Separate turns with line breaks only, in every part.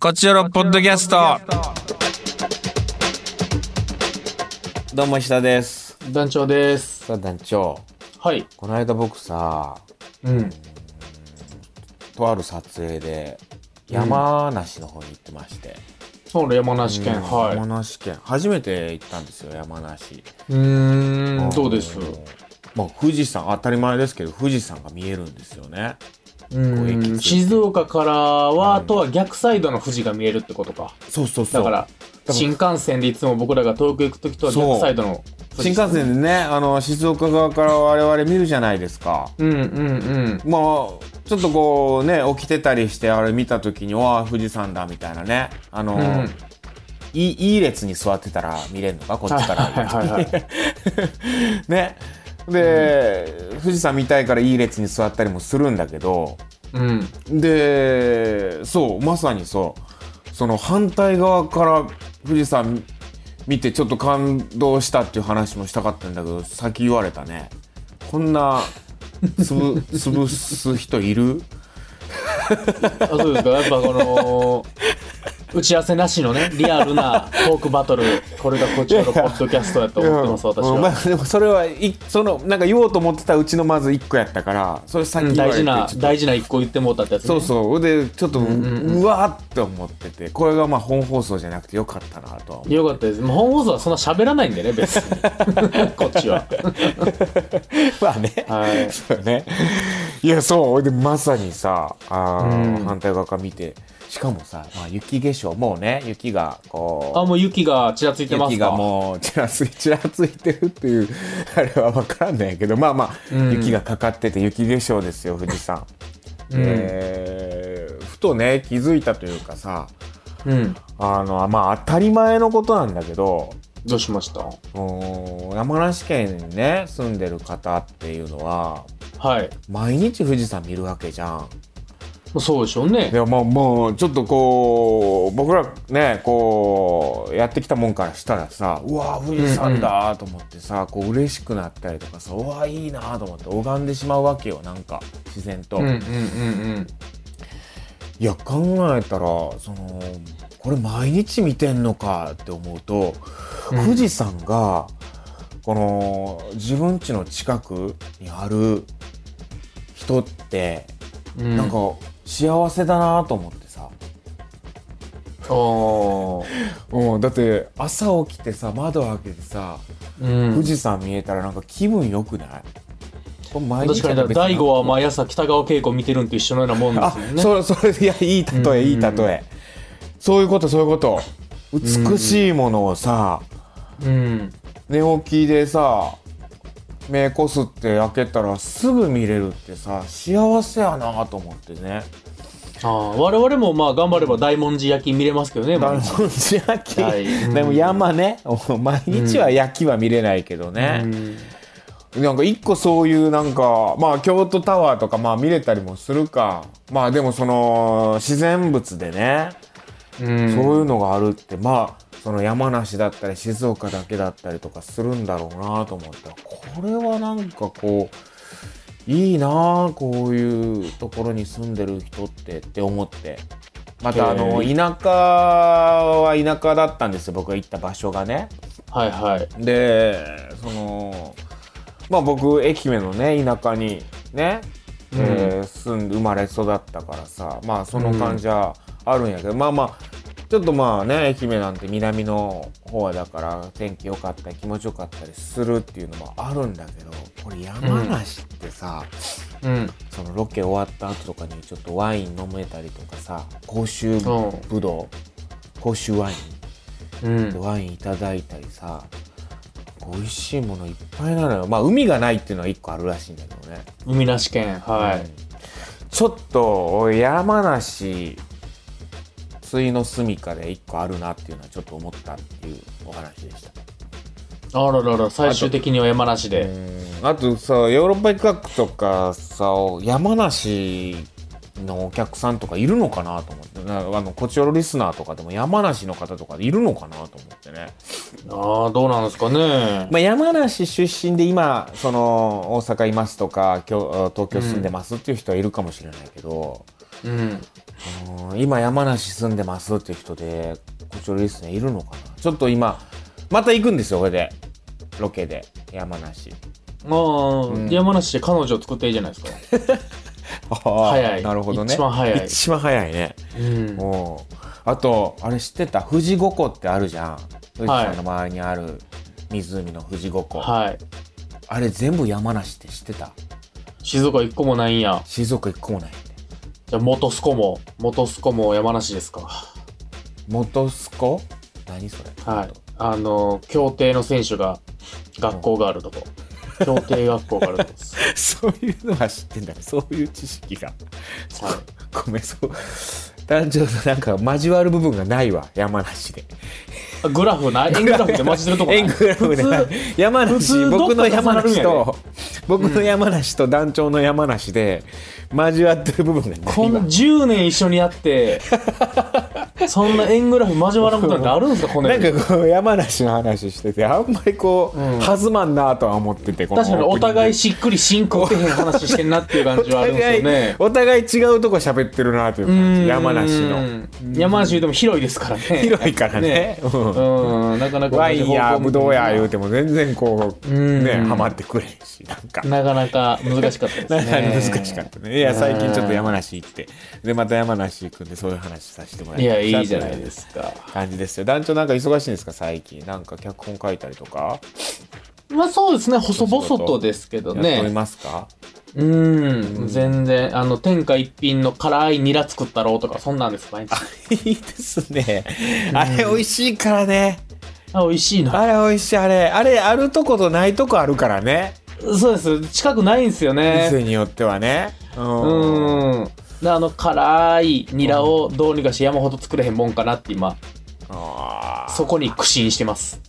こちらのポッドキャスト。
どうも石田です。
団長です。
さあ団長、
はい。
この間僕さ、
うん。
とある撮影で山梨の方に行ってまして。
そうね、山梨県。
うん山
は
梨県。初めて行ったんですよ、山梨。
い。うーん、どうです
まあ富士山、当たり前ですけど、富士山が見えるんですよね。
うん。静岡からは、あとは逆サイドの富士が見えるってことか。
そうそうそ
だ
う。
から、新幹線でいつも僕らが東京行くときとは
そう
逆サイドの富
新
士。
幹線でね、あの、静岡側から我々見るじゃないですか。
うんうん
まあ、ちょっとこうね、起きてたりして、あれ見た時に、わあ、富士山だ、みたいなね。あの、
うん。うん。
いいいい列に座ってたら見れるのかこっちから、
はいはいはいはい
ねで、富士山見たいからいい列に座ったりもするんだけど
うん。
でそうまさにそうその反対側から富士山見てちょっと感動したっていう話もしたかったんだけど先言われたねこんな 潰潰す人いる
あ、そうですか。やっぱこの、打ち合わせなしのね、リア ルなトークバトル。これがこちらのポッドキャストやと思ってます、私
うんま
は。
あ、でもそれはいそのなんか言おうと思ってたうちのまず1個やったからそれ先
うん
言われ
大
て、
事な、
ちょっと
大事な一個言ってもうたってやつね。
そうそうでちょっとう,、
んうん
わーって思っててこれがまあ本放送じゃなくてよかったなとは思う
よかったです。もう本放送はそんな喋らないんでね、別 に。こっちは。
まあね、
はい
そうねいやそうでまさにさあー、
うん
反対側から見てしかもさ、まあ、雪化粧もうね雪が
あ、
こう
もう雪がちらついてます
雪が
か
もうちらつい ちらついてるっていうあれは分からんねんけどまあまあ、
うん
雪がかかってて雪化粧ですよ富士山、
うん
えーふとね気づいたというかさ
うん。
あのまあ当たり前のことなんだけど
どうしました
もう山梨県にね住んでる方っていうのは
はい。
毎日富士山見るわけじゃん。
もうそうでしょうね
で。ももうちょっとこう僕らねこうやってきたもんからしたらさうわ富士山だと思ってさ、こう嬉しくなったりとかさうわいいなと思って拝んでしまうわけよなんか自然と。
うんうんうん
いや考えたらそのこれ毎日見てんのかって思うと、
うん
富士山がこの自分家の近くにある人って、
うん。う
なんか幸せだなと思ってさ、
おー
うん、だって朝起きてさ窓開けてさ、
うん。
富士山見えたらなんか気分良くないこれ毎
確かに、だから大悟は毎朝北川景子見てるんと一緒のようなもんで
あ
すもんね。
それそれいやいい例えいい例え、
うんうん
そういうことそういうこと美しいものをさ、
うん。
寝起きでさ目こすって開けたらすぐ見れるってさ幸せやなと思ってね
ああ、我々もまあ頑張れば大文字焼き見れますけどね、
大
毎日
文字焼
はい
き でも山ねお毎日は焼きは見れないけどね、
うん
なんか一個そういうなんかまあ京都タワーとかまあ見れたりもするかまあでもその自然物でね、
うん。
そういうのがあるってまあその山梨だったり静岡だけだったりとかするんだろうなと思ったらこれはなんかこういいなあこういうところに住んでる人ってって思ってまたあの
へえ
田舎は田舎だったんですよ僕が行った場所がね。
はいはい。
でそのまあ僕愛媛のね田舎にね、
うん
えー住んで生まれ育ったからさまあその感じはあるんやけど、まあまあちょっとまあね愛媛なんて南の方だから天気良かったり気持ちよかったりするっていうのもあるんだけどこれ山梨ってさ、
うん。
そのロケ終わった後とかにちょっとワイン飲めたりとかさ甲州
うん
ぶどう甲州ワイン
うん。
ワインいただいたりさ美味しいものいっぱいなのよまあ海がないっていうのは一個あるらしいんだけどね
海なし県。は
うん
い。
ちょっと山梨水の住処で一個あるなっていうのはちょっと思ったっていうお話でした
あららら、最終的には山梨で。
あとさヨーロッパ企画とかさ山梨のお客さんとかいるのかなと思ってなあのこちらのリスナーとかでも山梨の方とかいるのかなと思ってね
ああ、どうなんですかね。
まあ、山梨出身で今その大阪いますとか京東京住んでますっていう人はいるかもしれないけど、
うん。
うん今山梨住んでますっていう人で、こちらリスナーいるのかなちょっと今、また行くんですよ、これで。ロケで、山梨。
まあ、山梨で彼女を作っていいじゃないですか。
早
い
なるほどね。
一番早い
一番早いね。
うん。
もうあと、あれ知ってた富士五湖ってあるじゃん。富士山の周りにある湖の富士五湖。
はい。
あれ全部山梨って知ってた
静岡一個もないんや。
静岡一個もないんで。
じゃあ、元栖湖も、元栖湖も山梨ですか。
元栖湖何それ
はい。あの、競艇の選手が、学校があるとこ。競艇学校があるとこ です。
そういうのは知ってんだね。そういう知識が。
はい。
ごめん、そう。単純な、なんか、交わる部分がないわ、山梨で。
あグラフない円グラフで混じってるとこ ない
円グラフで
普通
山
普
梨、
通
僕の
どっか重
山
なるん
梨
やで
と、僕の山梨と団長の山梨で、交わってる部分がな
こ
いわ
ん。10年一緒にやって、そんな円グラフ交わらんことなんてあるんですか、この
な
世に
んかこう山梨の話しててあんまりこう、
うん
弾まんなとは思っててこの
確かにお互い
オー
しっくりシンクってへん話してんなっていう感じはあるん
プニング
ですよね。
お互いお互い違うとこ喋ってるなという
う
感
ん
じ山梨の
山梨言うても広いですからね。
広いからねうん
うん、なかなか
ワインやぶどうや言う
て。
ても全然こう
うん
ねハマってくれんしなんか。
なかなか難しかったです
な
ね。
んか 難しかったね。いや、最近ちょっと山梨行って、で、また山梨行くんで、そういう話させてもら
いや、いいじゃ
ま
な
した
いですか。
感じですよ。団長なんか忙しいんですか、最近。なんか脚本書いたりとか。
まあそうですね、細々とですけど
やっており
ね。
ます か
うん、全然、あの、天下一品の辛いニラ作ったろうとか、そんなんです、毎日。
いいですね。 あれ、美味しいからね。
あ、美味しいな。
あれ美味しいあれあれあるとことないとこあるからね
そうです、近くないんですよね。
店によってはねう
うん。であの辛いニラをどうにかして山ほど作れへんもんかなって今
あ
そこに苦心してます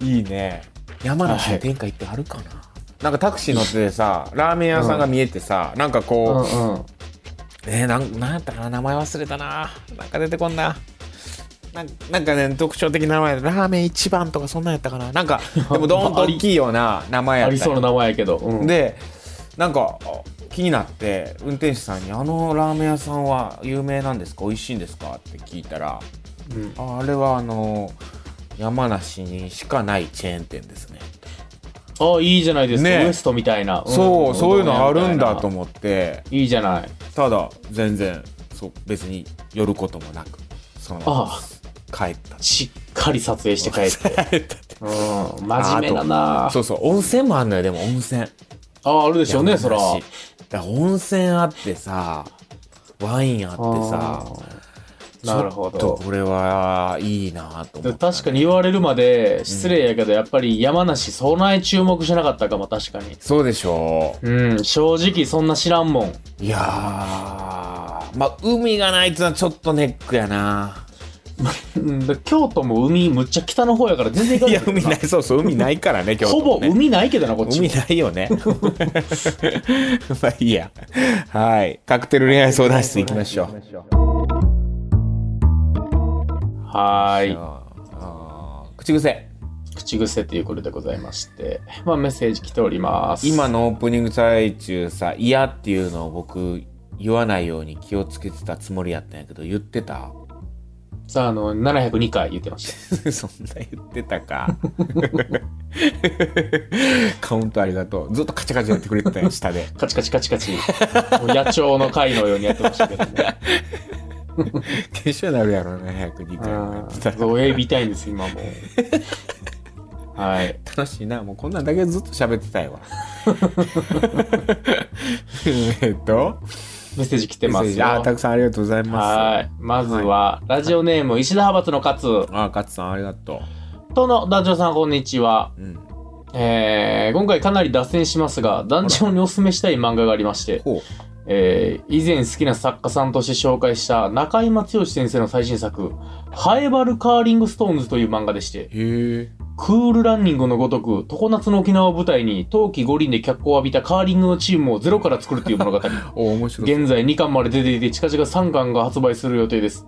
ーいいね山梨
は
に
い
天下一品あるかな、なんかタクシー乗っててさラーメン屋さんが見えてさ、なんか
うんうん
こう、えー、なんなんやったかな名前忘れたななんか出てこんななんなんかね特徴的な名前でラーメン一番とかそんなんやったかななんか でもドーンと大きいような名前や
あ
っ
り
た
そうな名前やけど、うん、
でなんかあ気になって運転手さんに「あのラーメン屋さんは有名なんですか美味しいんですか?」って聞いたら
うん
「ああれはあの山梨にしかないチェーン店ですね」
あいいじゃないですか、
ね
ウエストみたいな、ん
そうそういうのあるんだと
う
思って
いいじゃない
ただ全然そう別に寄ることもなくそのま
あ
ま帰った
しっかり撮影して帰って
帰ったって
うん真面目だな
あ
あ
とそうそう温泉もあんのよでも温泉
ああるでしょうねそら
山梨だから温泉あってさワインあってさ
うんなるほ
ちょっ
ど
とこれはいいなと思って、
確かに言われるまで失礼やけどやっぱり山梨そない注目しなかったかも確かに
そうでしょ
うん正直そんな知らんもん
ういやーまあ海がないってのはちょっとネックやな
うんだ京都も海むっちゃ北の方やから全然行
い
か
や
ない
海ないそうそう海ないからね今日、
ほぼ海ないけどなこっちも
海ないよねまあいいやはいカクテル恋愛相談室行きましょう
はーい
あー口癖
口癖ということでございましてまあメッセージ来ております
今のオープニング最中さ「嫌」っていうのを僕言わないように気をつけてたつもりやったんやけど言ってた
さああの702回言ってまし
そんな言ってたか カウントありがとうずっとカチャカチャやってくれてたよ下で
たカチカチカチカチもう野鳥の会のようにやってましたけ どね
決勝なるやろ702回もやってたら
そう親指痛いんです今もうはい
楽しいなもうこんなんだけずっと喋ってたいわ えっと
メッセージ来てま
メッ
す
セージ
よ
あーたくさんありがとうございま
はいまずは、ラジオネーム石田派閥の勝
すあー勝さんありがと
との団長さんこんにちは
う、うん、
えー今回かなり脱線しますが、団長にお勧めしたい漫画がありまして、
ほう
えー以前好きな作家さんとして紹介した中井松義先生の最新作、ハエバルカーリングストーンズという漫画でして、
へえ
クールランニングのごとく、常夏の沖縄を舞台に、冬季五輪で脚光を浴びたカーリングのチームをゼロから 作るという物語。
お面白い
現在2巻まで出ていて、近々3巻が発売する予定です。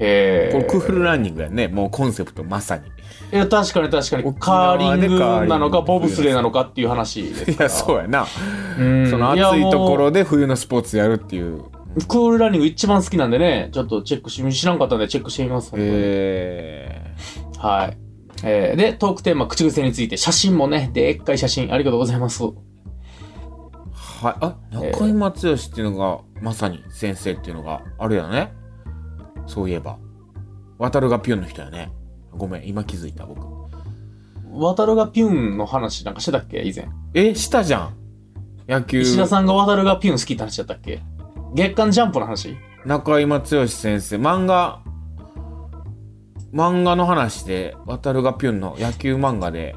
へ
これ
え。
クールランニングやねもうコンセプトまさに
いや、確かに確かに。
沖
カ
縄
ー
で
リングなの
カーリング
か、ボブスレーなのかっていう話です
い
から。
や そうやな、
うん
その暑いところで冬のスポーツやるっていう
クールランニング一番好きなんでね、ちょっとチェックし、知らんかったんでチェックしてみます。
え
はい。えーで、トークテーマ、口癖について、写真もね、でっかい写真、ありがとうございます。
ー、はいあ中井松義っていうのが、まさに先生っていうのがあるよねそういえば渡るがピュンの人やねごめん今気づいた僕
渡るがピュンの話なんかしてたっけ以前。
えしたじゃん野球
石田さんが渡るがピュン好きって話だったっけ月刊ジャンプの話
中井松義先生漫画漫画の話で渡るがピュンの野球漫画で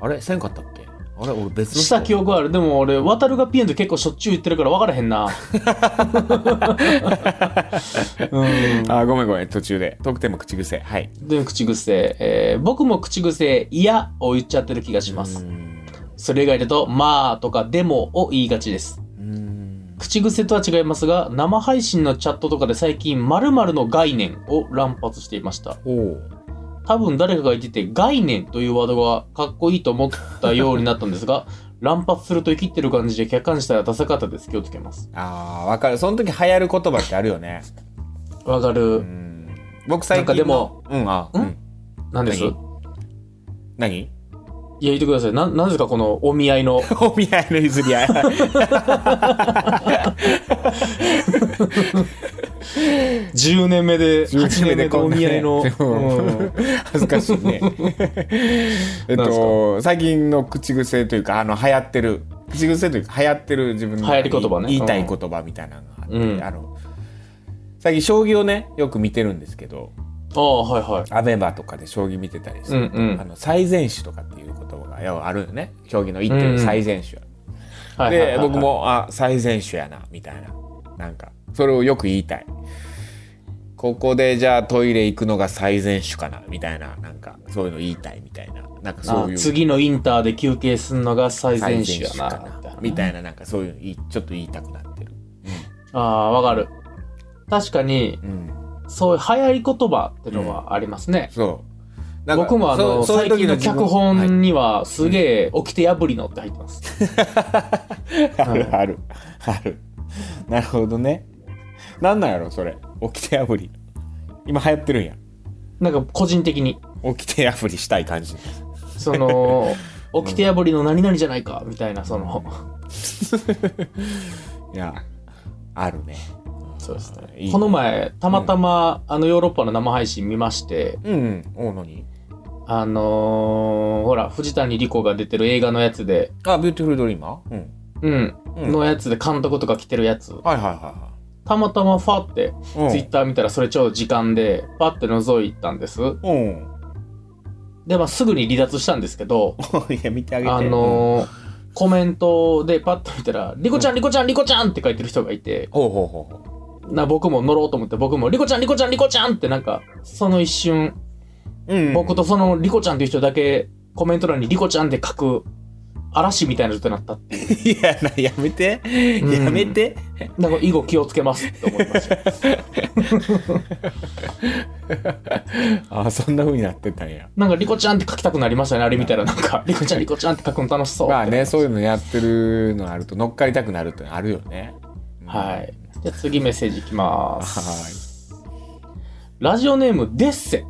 あれせんかったっけあれ俺別の人
した記憶ある。でも俺、渡るがピュンって結構しょっちゅう言ってるから分からへんな。うん。
あーごめんごめん途中で特典も口癖はい
で、口癖、えー僕も口癖、いやを言っちゃってる気がします。それ以外だと、まあとか、でもを言いがちです。
うん
口癖とは違いますが生配信のチャットとかで最近〇〇の概念を乱発していました
おう
多分誰かが言ってて概念というワードがかっこいいと思ったようになったんですが 乱発すると生きってる感じで客観視したらダサかったです気をつけます
あーわかるその時流行る言葉ってあるよね
わか
う
る
ん僕最近
なんかでも
うんあ
ん
うん
何ですいや
何何
言ってくださいな何ですかこのお見合いの
お見合いの譲り合い
10年目で8年目のお見合いの、
でも
うん
恥ずかしい ねえっ
なんす
と最近の口癖というかあの流行ってる口癖というか流行ってる自分の
流行り言葉ね
言いたい言葉みたいなのがあって、
うん
あの最近将棋をねよく見てるんですけど、
ああはいはい
アベマとかで将棋見てたりす
うん
る、
うん
あの最善手とかっていう言葉がようあるよね将棋の一手
うん
の最善手、
はいはいはい
で
はい
僕もあ最善手やなみたいななんかそれをよく言いたいここでじゃあトイレ行くのが最善手かなみたいななんかそういうの言いたいみたいななんかそういう
あ次のインターで休憩すんのが最
最
善
善
手
手
や
か
なみたい
な
な
みたいななんかそういうのいちょっと言いたくなってる、
ああ、わかる。確かに、
うん、
そういう流行り言葉ってのはありますね。
そうなんか
僕もあ
そ
の、
うそういう
最
時
近の
自分
脚
はい
本には、すげえ、起きて破りのって入ってます。
あるあるあるなるほどねなんなんやろそれ起きて破り今流行ってるんや
なんか、個人的に、
起きて破りしたい感じ
その、起きて破りの何々じゃないか、みたいな、その、
いやあるね
そうですね。
いい
この前、たまたま、あの、ヨーロッパの生配信見まして、
うんうん大野に
あのーほら、藤谷莉子が出てる映画のやつで、
あビューティフルドリーマーうん
うん、
うん
のやつで監督とか来てるやつ、
はいはいは
たまたまファーって、
いはい
ツイッター見たらそれちょうど時間で、パッて覗いたんです。
うん
で、まあ、すぐに離脱したんですけど、
うん いや見てあげて
あのーコメントでパッと見たら、リコちゃん、リコちゃん、リコちゃんって書いてる人がいて、
ほうほうほうほ
な僕も乗ろうと思って、僕も、リコちゃん、リコちゃん、リコちゃんってなんか、その一瞬、
う、うん、
僕とそのリコちゃんという人だけ、コメント欄にリコちゃんって書く、嵐みたいな人になったっていう。
いやなやめて、
うん
やめて
なんか、以後気をつけますって思いました。
あそんな風になってたんや
なんか、リコちゃんって書きたくなりましたね、あれ見たら。なんか、リコちゃん、リコちゃんって書くの楽しそう。
まあねそういうのやってるのあると乗っかりたくなるってのあるよね
はい。じゃあ次メッセージいきます。
はい
ラジオネーム、デッセ。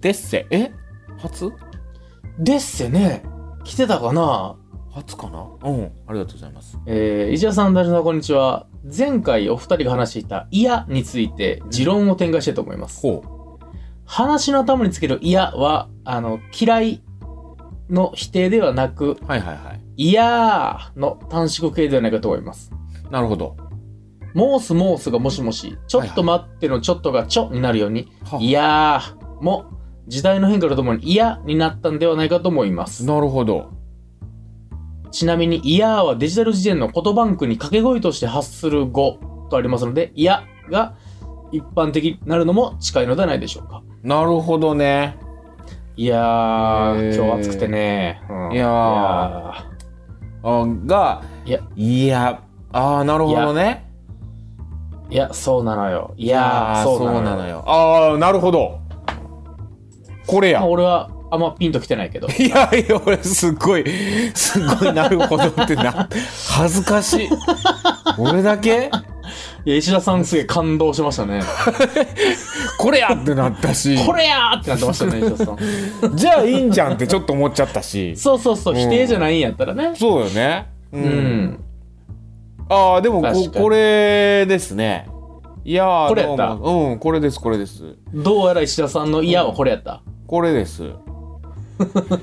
デッセえ初
デッセね、来てたかな
初かなうんありがとうございます
えー、石田さん、大丈夫こんにちは。前回お二人が話していた、いやについて、持論を展開したいと思います。
ほ
話の頭につけるいやは、あの、嫌いの否定ではなく、
うはいはいはい
いやーの短縮形ではないかと思います。
なるほど
モースモースがもしもし、ちょっと待ってのちょっとがちょになるように、
はい
やーも時代の変化とともにいやになったんではないかと思います。
なるほど
ちなみにいやーはデジタル辞典の言葉ンクに掛け声として発する語とありますので、いやが一般的になるのも近いのではないでしょうか。
なるほどね
いやー、
へー
今日暑くてね。うん
いやーあが
いや
いやあーなるほどね
いや、そうなのよ。い
い
やー、そうなのよ。
よああなるほどこれや
まあ、俺はあんまピンときてないけど。
いやいや、俺すっごい、 すっごいなるほどってな、恥ずかしい。俺だけ
いや石田さんすげえ感動しましたね。
これやってなったし、
これやーってなってましたね、石 田さん。
じゃあいいんじゃんってちょっと思っちゃったし。
そうそうそう、否定じゃないんやったらね。
そうよね。う
うん。。
ああ、でもこ
確かに
これですね。いやー
これやった
どうもうん、これです、これです。
どうやら石田さんの嫌はこれやった。
これです。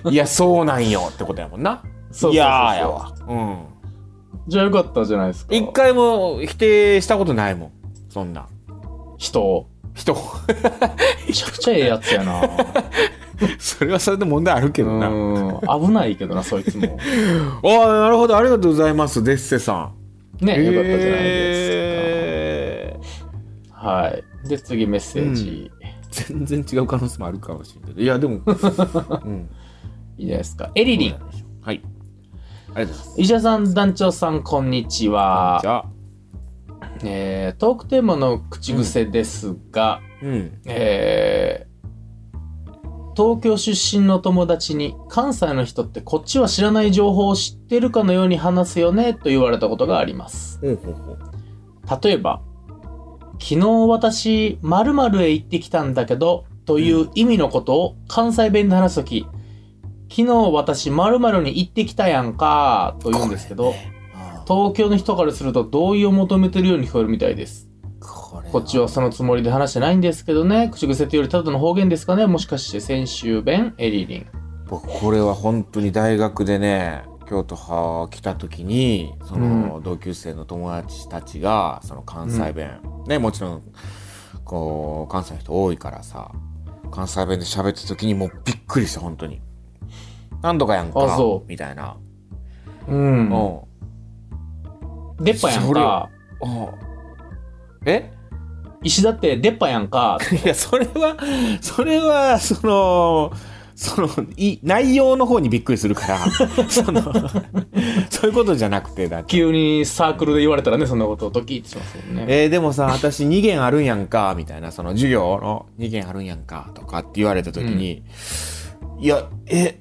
いや、そうなんよってことやもんな。
そうそうそうそう
いやーやわ。うん。
じゃあよかったじゃないですか。
一回も否定したことないもん。そんな。
人を。
人。
めちゃくちゃええやつやな。
それはそれで問題あるけどな。
うん。危ないけどな、そいつも。
ああ、なるほど。ありがとうございます、デッセさん。
ね、よかったじゃないです
え
か。はい。で、次メッセージ。
ー全然違う可能性もあるかもしれない。いや、で も、うん。
いいじゃないですか。エリリン。
はい。ありがとうございます。
石田さん、団長さん、こんにちは
じ。ゃあ、
えートークテーマの口癖ですが、
うん。
えー東京出身の友達に関西の人ってこっちは知らない情報を知ってるかのように話すよねと言われたことがあります。
ほうほうほう。
例えば、昨日私〇〇へ行ってきたんだけどという意味のことを関西弁で話すとき、昨日私〇〇に行ってきたやんかと言うんですけど、東京の人からすると同意を求めてるように聞こえるみたいです。
これ
こっちはそのつもりで話してないんですけどね。口癖というよりただの方言ですかね。もしかして先週弁、エリリン。
僕これは本当に大学でね京都派来た時にその同級生の友達たちがその関西弁、ねもちろんこう関西の人多いからさ関西弁で喋った時にもうびっくりした本当に「なんとかやん
あ
か
そ」う
みたいな
うん
「うん
出っ歯やん
それ
か。
うんえ
石田って出っ歯やん か。
いやそれはそれはそのそのい内容の方にびっくりするからその そういうことじゃなくてだって
急にサークルで言われたらね、そんなことをドキッてしますもんね。
えーでもさ私2限あるんやんかみたいなその授業の2限あるんやんかとかって言われた時に、いやえ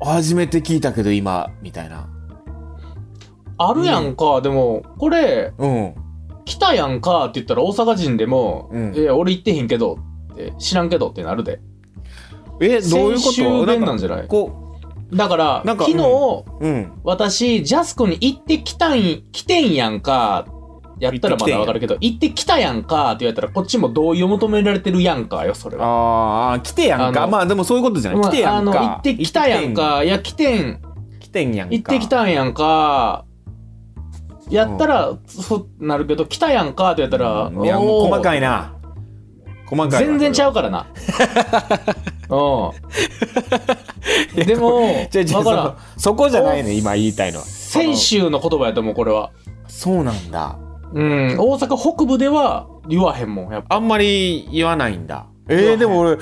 初めて聞いたけど今みたいな
あるやんか。でも、これ、
うん
来たやんかって言ったら大阪人でも、
うん
いや、俺行ってへんけどって、知らんけどってなるで。
えどういうこ
先週
と
弁
な
なん
か
んじゃない
こ
だから、
なんか
昨日、
ううん
私、ジャスコに行ってきたん、来てんやんか、やったらまだわかるけど、行ってきたやんかって言われたら、こっちも同意を求められてるやんかよ、それは。
あーあー来てやん
あ
か
の
まあでもそういうことじゃない、
まあ
来てやんか
あの、行ってきたやんか、いや、来てん、
来てんやんか
行ってきたんやんか、やったら、そうなるけど、来たやんかって言ったら、
うんいやもう細かいな細かい
全然ちゃ
う
うからな。うん。でも、
じゃじゃ
だからん、
そそこじゃないね今言いたいのは
先週の言葉やと思う、これは。
そうなんだ
うん、大阪北部では言わへんもん、やっぱ。
あんまり言わないんだ。
言わ
え
へ
ー、
ん
でも俺、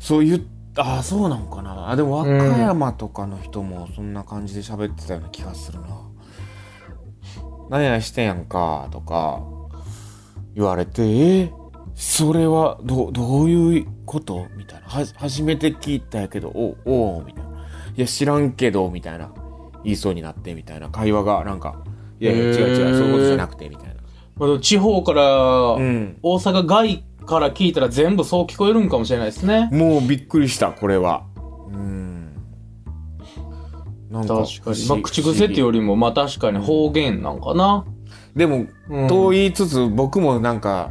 そう言っああ、そうなんかな。あでも和
うん
歌山とかの人もそんな感じで喋ってたような気がするな。何々してんやんか、とか言われて、えーそれはどどういうことみたいな。は初めて聞いたんやけど、おおうみたいな。いや、知らんけど、みたいな。言いそうになって、みたいな。会話が、なんか、いやいや、違う違う、
へー
そういうことじゃなくて、みたいな。
まあでも地方から、
うん。
大阪外から聞いたら全部そう聞こえるんかもしれないですね。
もうびっくりしたこれはうんなんか
確かに。まあ、口癖っていう
う
よりも、まあ確かに方言なんかな。
でも、
うん
と言いつつ僕もなんか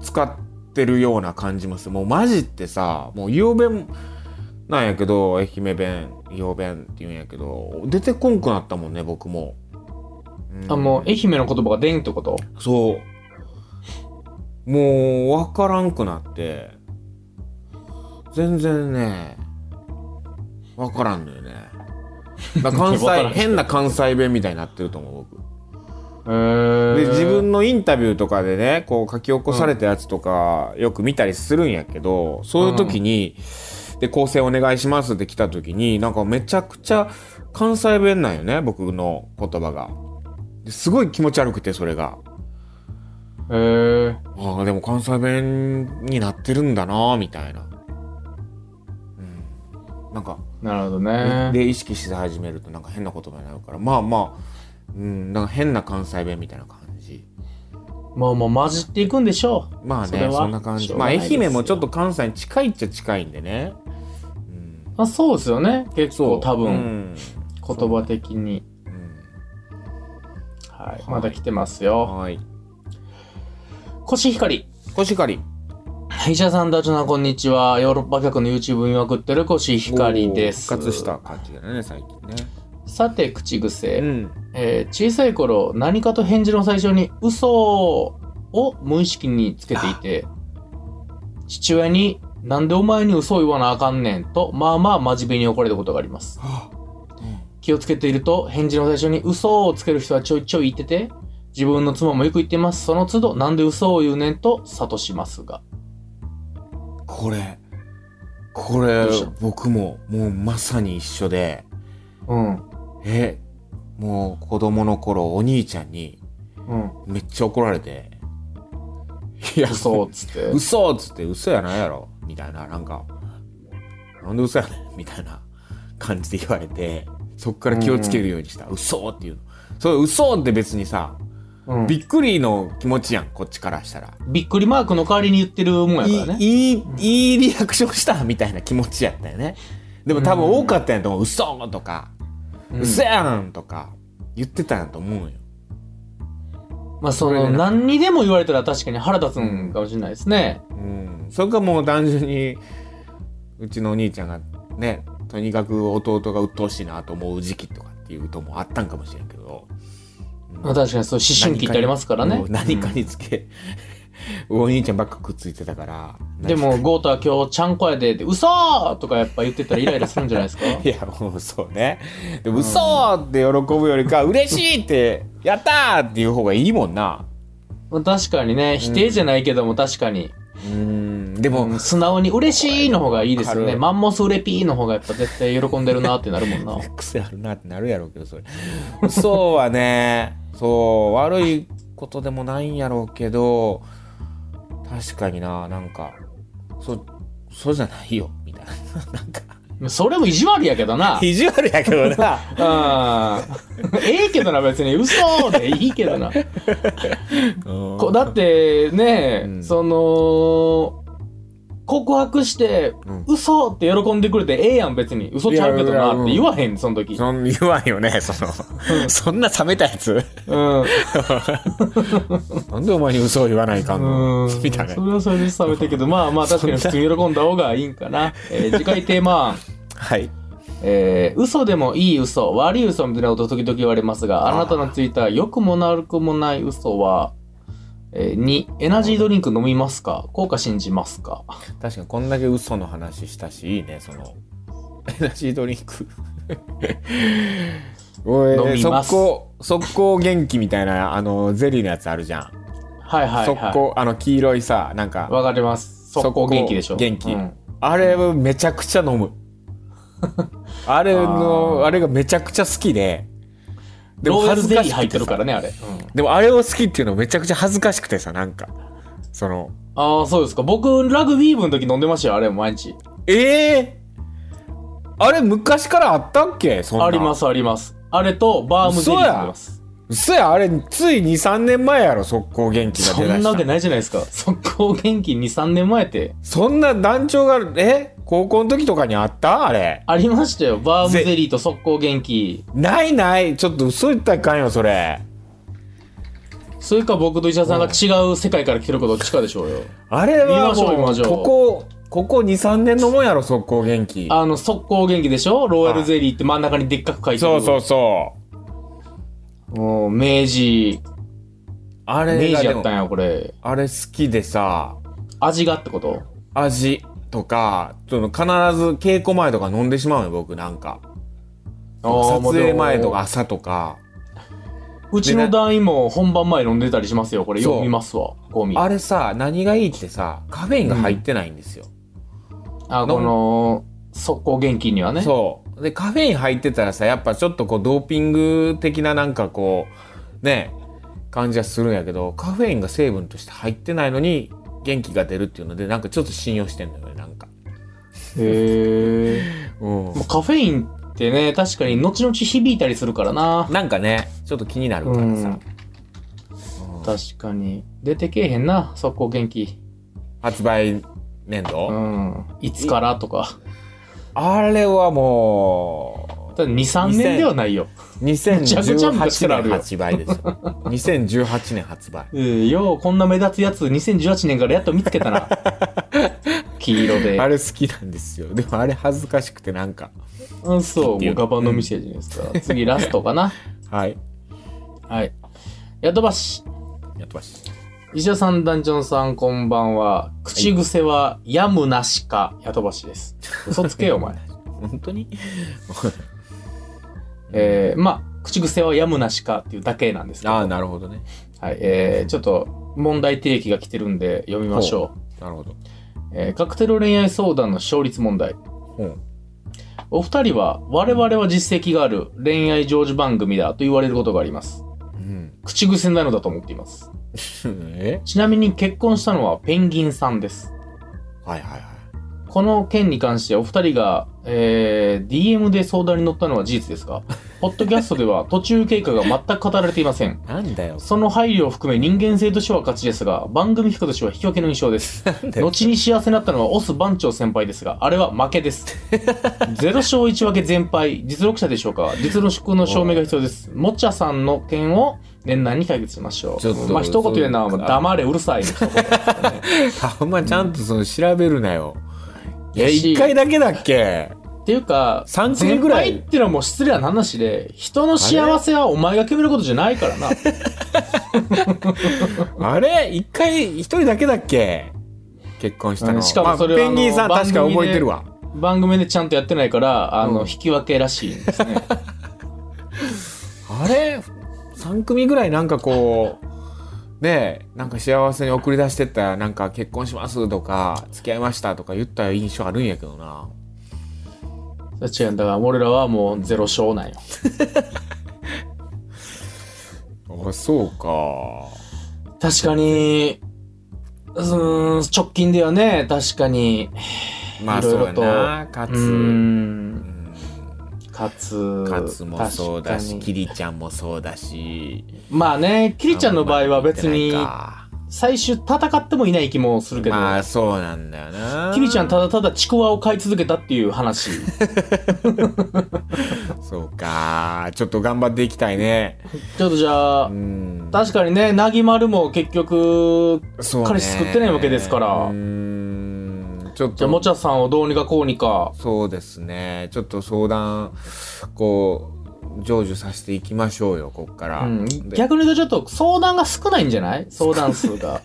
使ってるような感じもするもうマジってさもう伊予弁なんやけど愛媛弁伊予弁って言うんやけど出てこんくなったもんね僕も、うん
あ、もう愛媛の言葉が出んってこと
そうもう分からんくなって全然ね分からんのよねだから関
分から
西
ん
変な関西弁みたいになってると思う
へー
僕で自分のインタビューとかでねこう書き起こされたやつとかよく見たりするんやけどそういう時に「で構成お願いします」って来た時になんかめちゃくちゃ関西弁なんよね僕の言葉がですごい気持ち悪くてそれが
へえ。
ああ、でも関西弁になってるんだな、みたいな。うん。なんか、
なるほどね。
で、意識して始めるとなんか変な言葉になるから、まあまあ、うん、なんか変な関西弁みたいな感じ。
もうもう混じっていくんでしょ
まあ
そ
ね、
れ
そ
は
んな感
し
じ。
ょう
ま
が
あ、
ない
愛
ですよ
媛もちょっと関西に近いっちゃ近いんでね。うん
う。まあそうですよね。結構多
う
分、
ん
言葉的に。はい。まだ来てます
うん、
よ。
はい。
コシヒカリ。
コシヒカリ。
医者さんたちのこんにちは。ヨーロッパ客の YouTube 見まくってるコシヒカリです。
復活した。感じだね、最近ね。
さて、口癖。
うん。
えー小さい頃、何かと返事の最初に、嘘を無意識につけていて、父親に、なんでお前に嘘を言わなあかんねんと、まあまあ真面目に怒られたことがあります。
は
気をつけていると、返事の最初に嘘をつける人はちょいちょいいてて、自分の妻もよく言ってます。その都度、なんで嘘を言うねんと、諭しますが。
あこれ、これ
どうした、
僕も、もうまさに一緒で、
うん。
え、もう子供の頃、お兄ちゃんに、
うん。
めっちゃ怒られて、いや、
嘘をつって。
嘘っつって嘘やないやろみたいな、なんか、なんで嘘やねんみたいな感じで言われて、そっから気をつけるようにした。嘘っていうの。それ嘘って別にさ、
うん
びっくりの気持ちやん、こっちからしたら。
びっくりマークの代わりに言ってるもんやからね。
いい、いい、いいリアクションしたみたいな気持ちやったよね。でも多分多かったんやと思う。嘘とか、
うん
嘘やんとか言ってたんやと思うよ。
まあそ
それ
の、
でね
何にでも言われたら確かに腹立つんかもしれないですね。
うん。それかもう単純に、うちのお兄ちゃんがね、とにかく弟が鬱陶しいなと思う時期とかっていうともあったんかもしれんけど。
まあ確かにそう、思春期ってありますからね
うん。何かにつけ、 お兄ちゃんばっかくっついてたから。
うんでも、ゴータは今日ちゃんこやでって、嘘ーとかやっぱ言ってたらイライラするんじゃないですか
いやもうそうねでも嘘って喜ぶよりか嬉しいってやったーっていう方がいいもんな
まあ確かにね、否定じゃないけども確かに、
うんでも、
うん素直に嬉しいの方がいいです
わ
よ
か
ね。
る
マンモスウレピーの方がやっぱ絶対喜んでるなってなるもんな。
癖あるなってなるやろうけどそれ嘘はねそう悪いことでもないんやろうけど確かにななんかそそうじゃないよみたいななんか
それも意地悪やけどな。
意地悪やけど な
うん。 ええけどな、別に。嘘ーでいいけどな。こだってね、
うん
その告白して、
うん
嘘って喜んでくれてええやん別に嘘ちゃうけど
いやいや
なって言わへんその時
そん言わんよねそのそんな冷めたやつ
うん、
なんでお前に嘘を言わないかんの
うん、
みたいな
それはそれで冷めたけどまあまあ確かに普通に喜んだ方がいいんかな、えー次回テーマ案
はい
えー嘘でもいい嘘悪い嘘みたいなこと時々言われますがあなたのついた良くも悪くもない嘘は、えー、2エナジードリンク飲みますか効果信じますか
確かにこんだけ嘘の話したしいいねそのエナジードリンク おい
飲みま
速
す
攻速攻元気みたいなあのゼリーのやつあるじゃん、
はいはい
速
は
攻あの黄色いさなん
い
か
わかります速攻元気でしょ
元気、
うん
あれはめちゃくちゃ飲 むあれの
あー
あれがめちゃくちゃ好きでで
ローヤルゼリー入
く
っ
て
てる
さ
からね、あれ。
でもあれを好きっていうのめちゃくちゃ恥ずかしくてさなんかその
ああ、そうですか。僕、ラグビー部の時飲んでましたよ、あれ、毎日。
ええあれ昔からあったっけそんな
あります、あります。あれと、バームゼリー飲んでます。
嘘やあれつい23年前やろ速攻元気が
そ
出だ
んなわけ
した
ないじゃないですか。 速攻元気2、3年前って。
そんな団長がえ高校の時とかにあったあれ
ありましたよ。バームゼリーと速攻元気。
ないないちょっと嘘言ったらいかんよそれ
それか僕と医者さんが違う世界から来てることどっちかでしょうよ。
あれ
見
は
ましょう見
も
ましょ
う
う
ここここ23年のもんやろ速攻元気
あの、速攻元気でしょローヤルゼリーって真ん中にでっかく書いて
そ
る。
うそうそう
う。もう、明治、
あれ
明
がで
治やっ
も
たんや、これ。
あれ好きでさ
味がってこと
味とかその必ず稽古前とか飲んでしまうよ僕なんか撮影前とか。朝とか
うちの団員も本番前飲んでたりしますよ。これ
そう
読みますわ。ゴミ。
あれさ何がいいってさカフェインが入ってないんですよ、
あ、この、速攻元気にはね。
そうでカフェイン入ってたらさやっぱちょっとこうドーピング的ななんかこうね感じはするんやけど、カフェインが成分として入ってないのに元気が出るっていうので、なんかちょっと信用してんのよね、なんか。
へえ。
うん
まあカフェインってね、確かに後々響いたりするからな。
なんかね、ちょっと気になるからさ。
うん
うん
確かに。出てけえへんな、速攻元気。
発売年
う
度、
ん。いつからとか。
あれはも
ただ2、3年ではないよ。
う、2018
めちゃくちゃ昔からあ
年
るよ
発売ですよ。2018年発売。
えーよう、こんな目立つやつ、2018年からやっと見つけ たな。黄色
あ
で。
れ好きなんですよ。でもあれ恥ずかしくてなんか。
うん、そう、
っていう
もうガバの店じゃないですか。次、ラストかな。
はい。
はい。ヤドバシ。
やってました。
石田さん、ダンジョンさん、こんばんは。口癖は、やむなしか、ヤドバシです。嘘つけ よ、お前。
本当に
えー、まあ、口癖はやむなしかっていうだけなんですけど。
ああ、なるほどね。
はい、えー、ちょっと、問題提起が来てるんで、読みましょ
なるほど。
う。えー、カクテル恋愛相談の勝率問題。
うん。
お二人は、我々は実績がある恋愛成就番組だと言われることがあります。
うん、
口癖なのだと思っています。
え
ちなみに結婚したのはペンギンさんです。
はいはいはい。
この件に関してお二人が、えー、DM で相談に乗ったのは事実で すが、ポッドキャストでは途中経過が全く語られていません。
なんだよ。
その配慮を含め人間性としては勝ちですが、番組企画としては引き分けの印象 です。
なんだよ。
後に幸せになったのはオス番長先輩ですが、あれは負けです。ゼロ勝1分け全敗、実力者でしょうか実力の証明が必要です。もちゃさんの件を年内に解決しましょう。
ちょっと
まあ、一言言うの
そ
は、
うか
黙れ、うるさいの一言ですかね。
あんまちゃんとその調べるなよ。いや、
よし
一回だけだっけ
っていうか、
三組ぐらい
全敗ってのはもう失礼な話で、人の幸せはお前が決めることじゃないから な。
あれ一回一人だけだっけ結婚した
う
の。
んしかもそれは
まあペンギンさん
あの
確か覚えてるわ。
番組でちゃんとやってないから、あの、
うん
引き分けらしいんですね。
あれ三組ぐらいなんかこう、ねえ、なんか幸せに送り出してったら、なんか結婚しますとか、付き合いましたとか言った印象あるんやけどな。
違うんだから、俺らはもうゼロ勝なんよ。
あ、そうか。
確かに、うーん、直近ではね、確かに、
まあ
いろい
そ
ろ
うやな。カ
う
ツ。
ー
うん
ん、勝つ。
カツもそうだし、
確か
キ
に
リちゃんもそうだし。
まあね、キリちゃんの場合は別に、
あんまり
最終戦ってもいない気もする
見てないか
けど、
まあそうなんだよな。
キリちゃんただただちくわを買い続けたっていう話。
そうか。ちょっと頑張っていきたいね。
ちょっとじゃあ
う、ん。
確かにね、なぎまるも結局、
そうね
彼氏作ってないわけですから
うーん。ちょっ
じゃあ、も
と
ち、ゃさんをどうにかこうにか。
そうですね。ちょっと相談、こう、成就させていきましょうよ、こっから。
うん、
で
逆に言うとちょっと相談が少ないんじゃない相談 数が、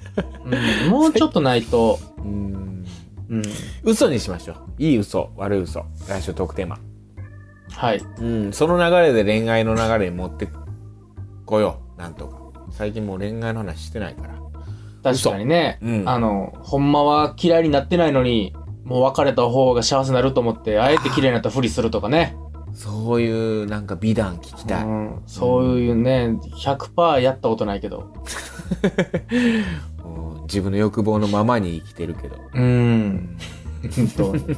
うん。もうちょっとないと。
うん。
うん、
嘘にしましょう。いい嘘、悪い嘘。来週トークテーマ。
はい。
うん。その流れで恋愛の流れに持ってこよう。なんとか。最近もう恋愛の話してないから。
確かにね、
うん
あの、ほんまは嫌いになってないのに、もう別れた方が幸せになると思って、あえて嫌いになったふりするとかね。
そういうなんか美談聞きたい。
うん、そういうね、100%やったことないけど。
うん自分の欲望のままに生きてるけど。
うん。 本当に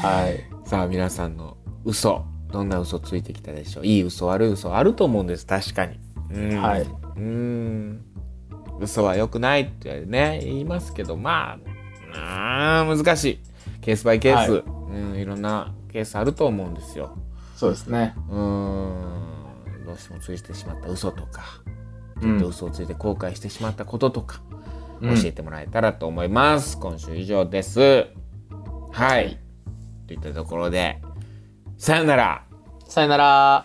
はい。
さあ皆さんの嘘どんな嘘ついてきたでしょういい嘘悪い嘘あると思うんです確かにうん
はいう
ーん嘘は良くないってね言いますけどまあうーん難しいケースバイケース、、
はい
うんいろんなケースあると思うんですよ
そうですね。
うーんどうしてもついてしまった嘘とか
う
ずっと
ん。
嘘をついて後悔してしまったこととか、
うん
教えてもらえたらと思います今週以上ですはい、
い
といったところでさよなら
さよなら。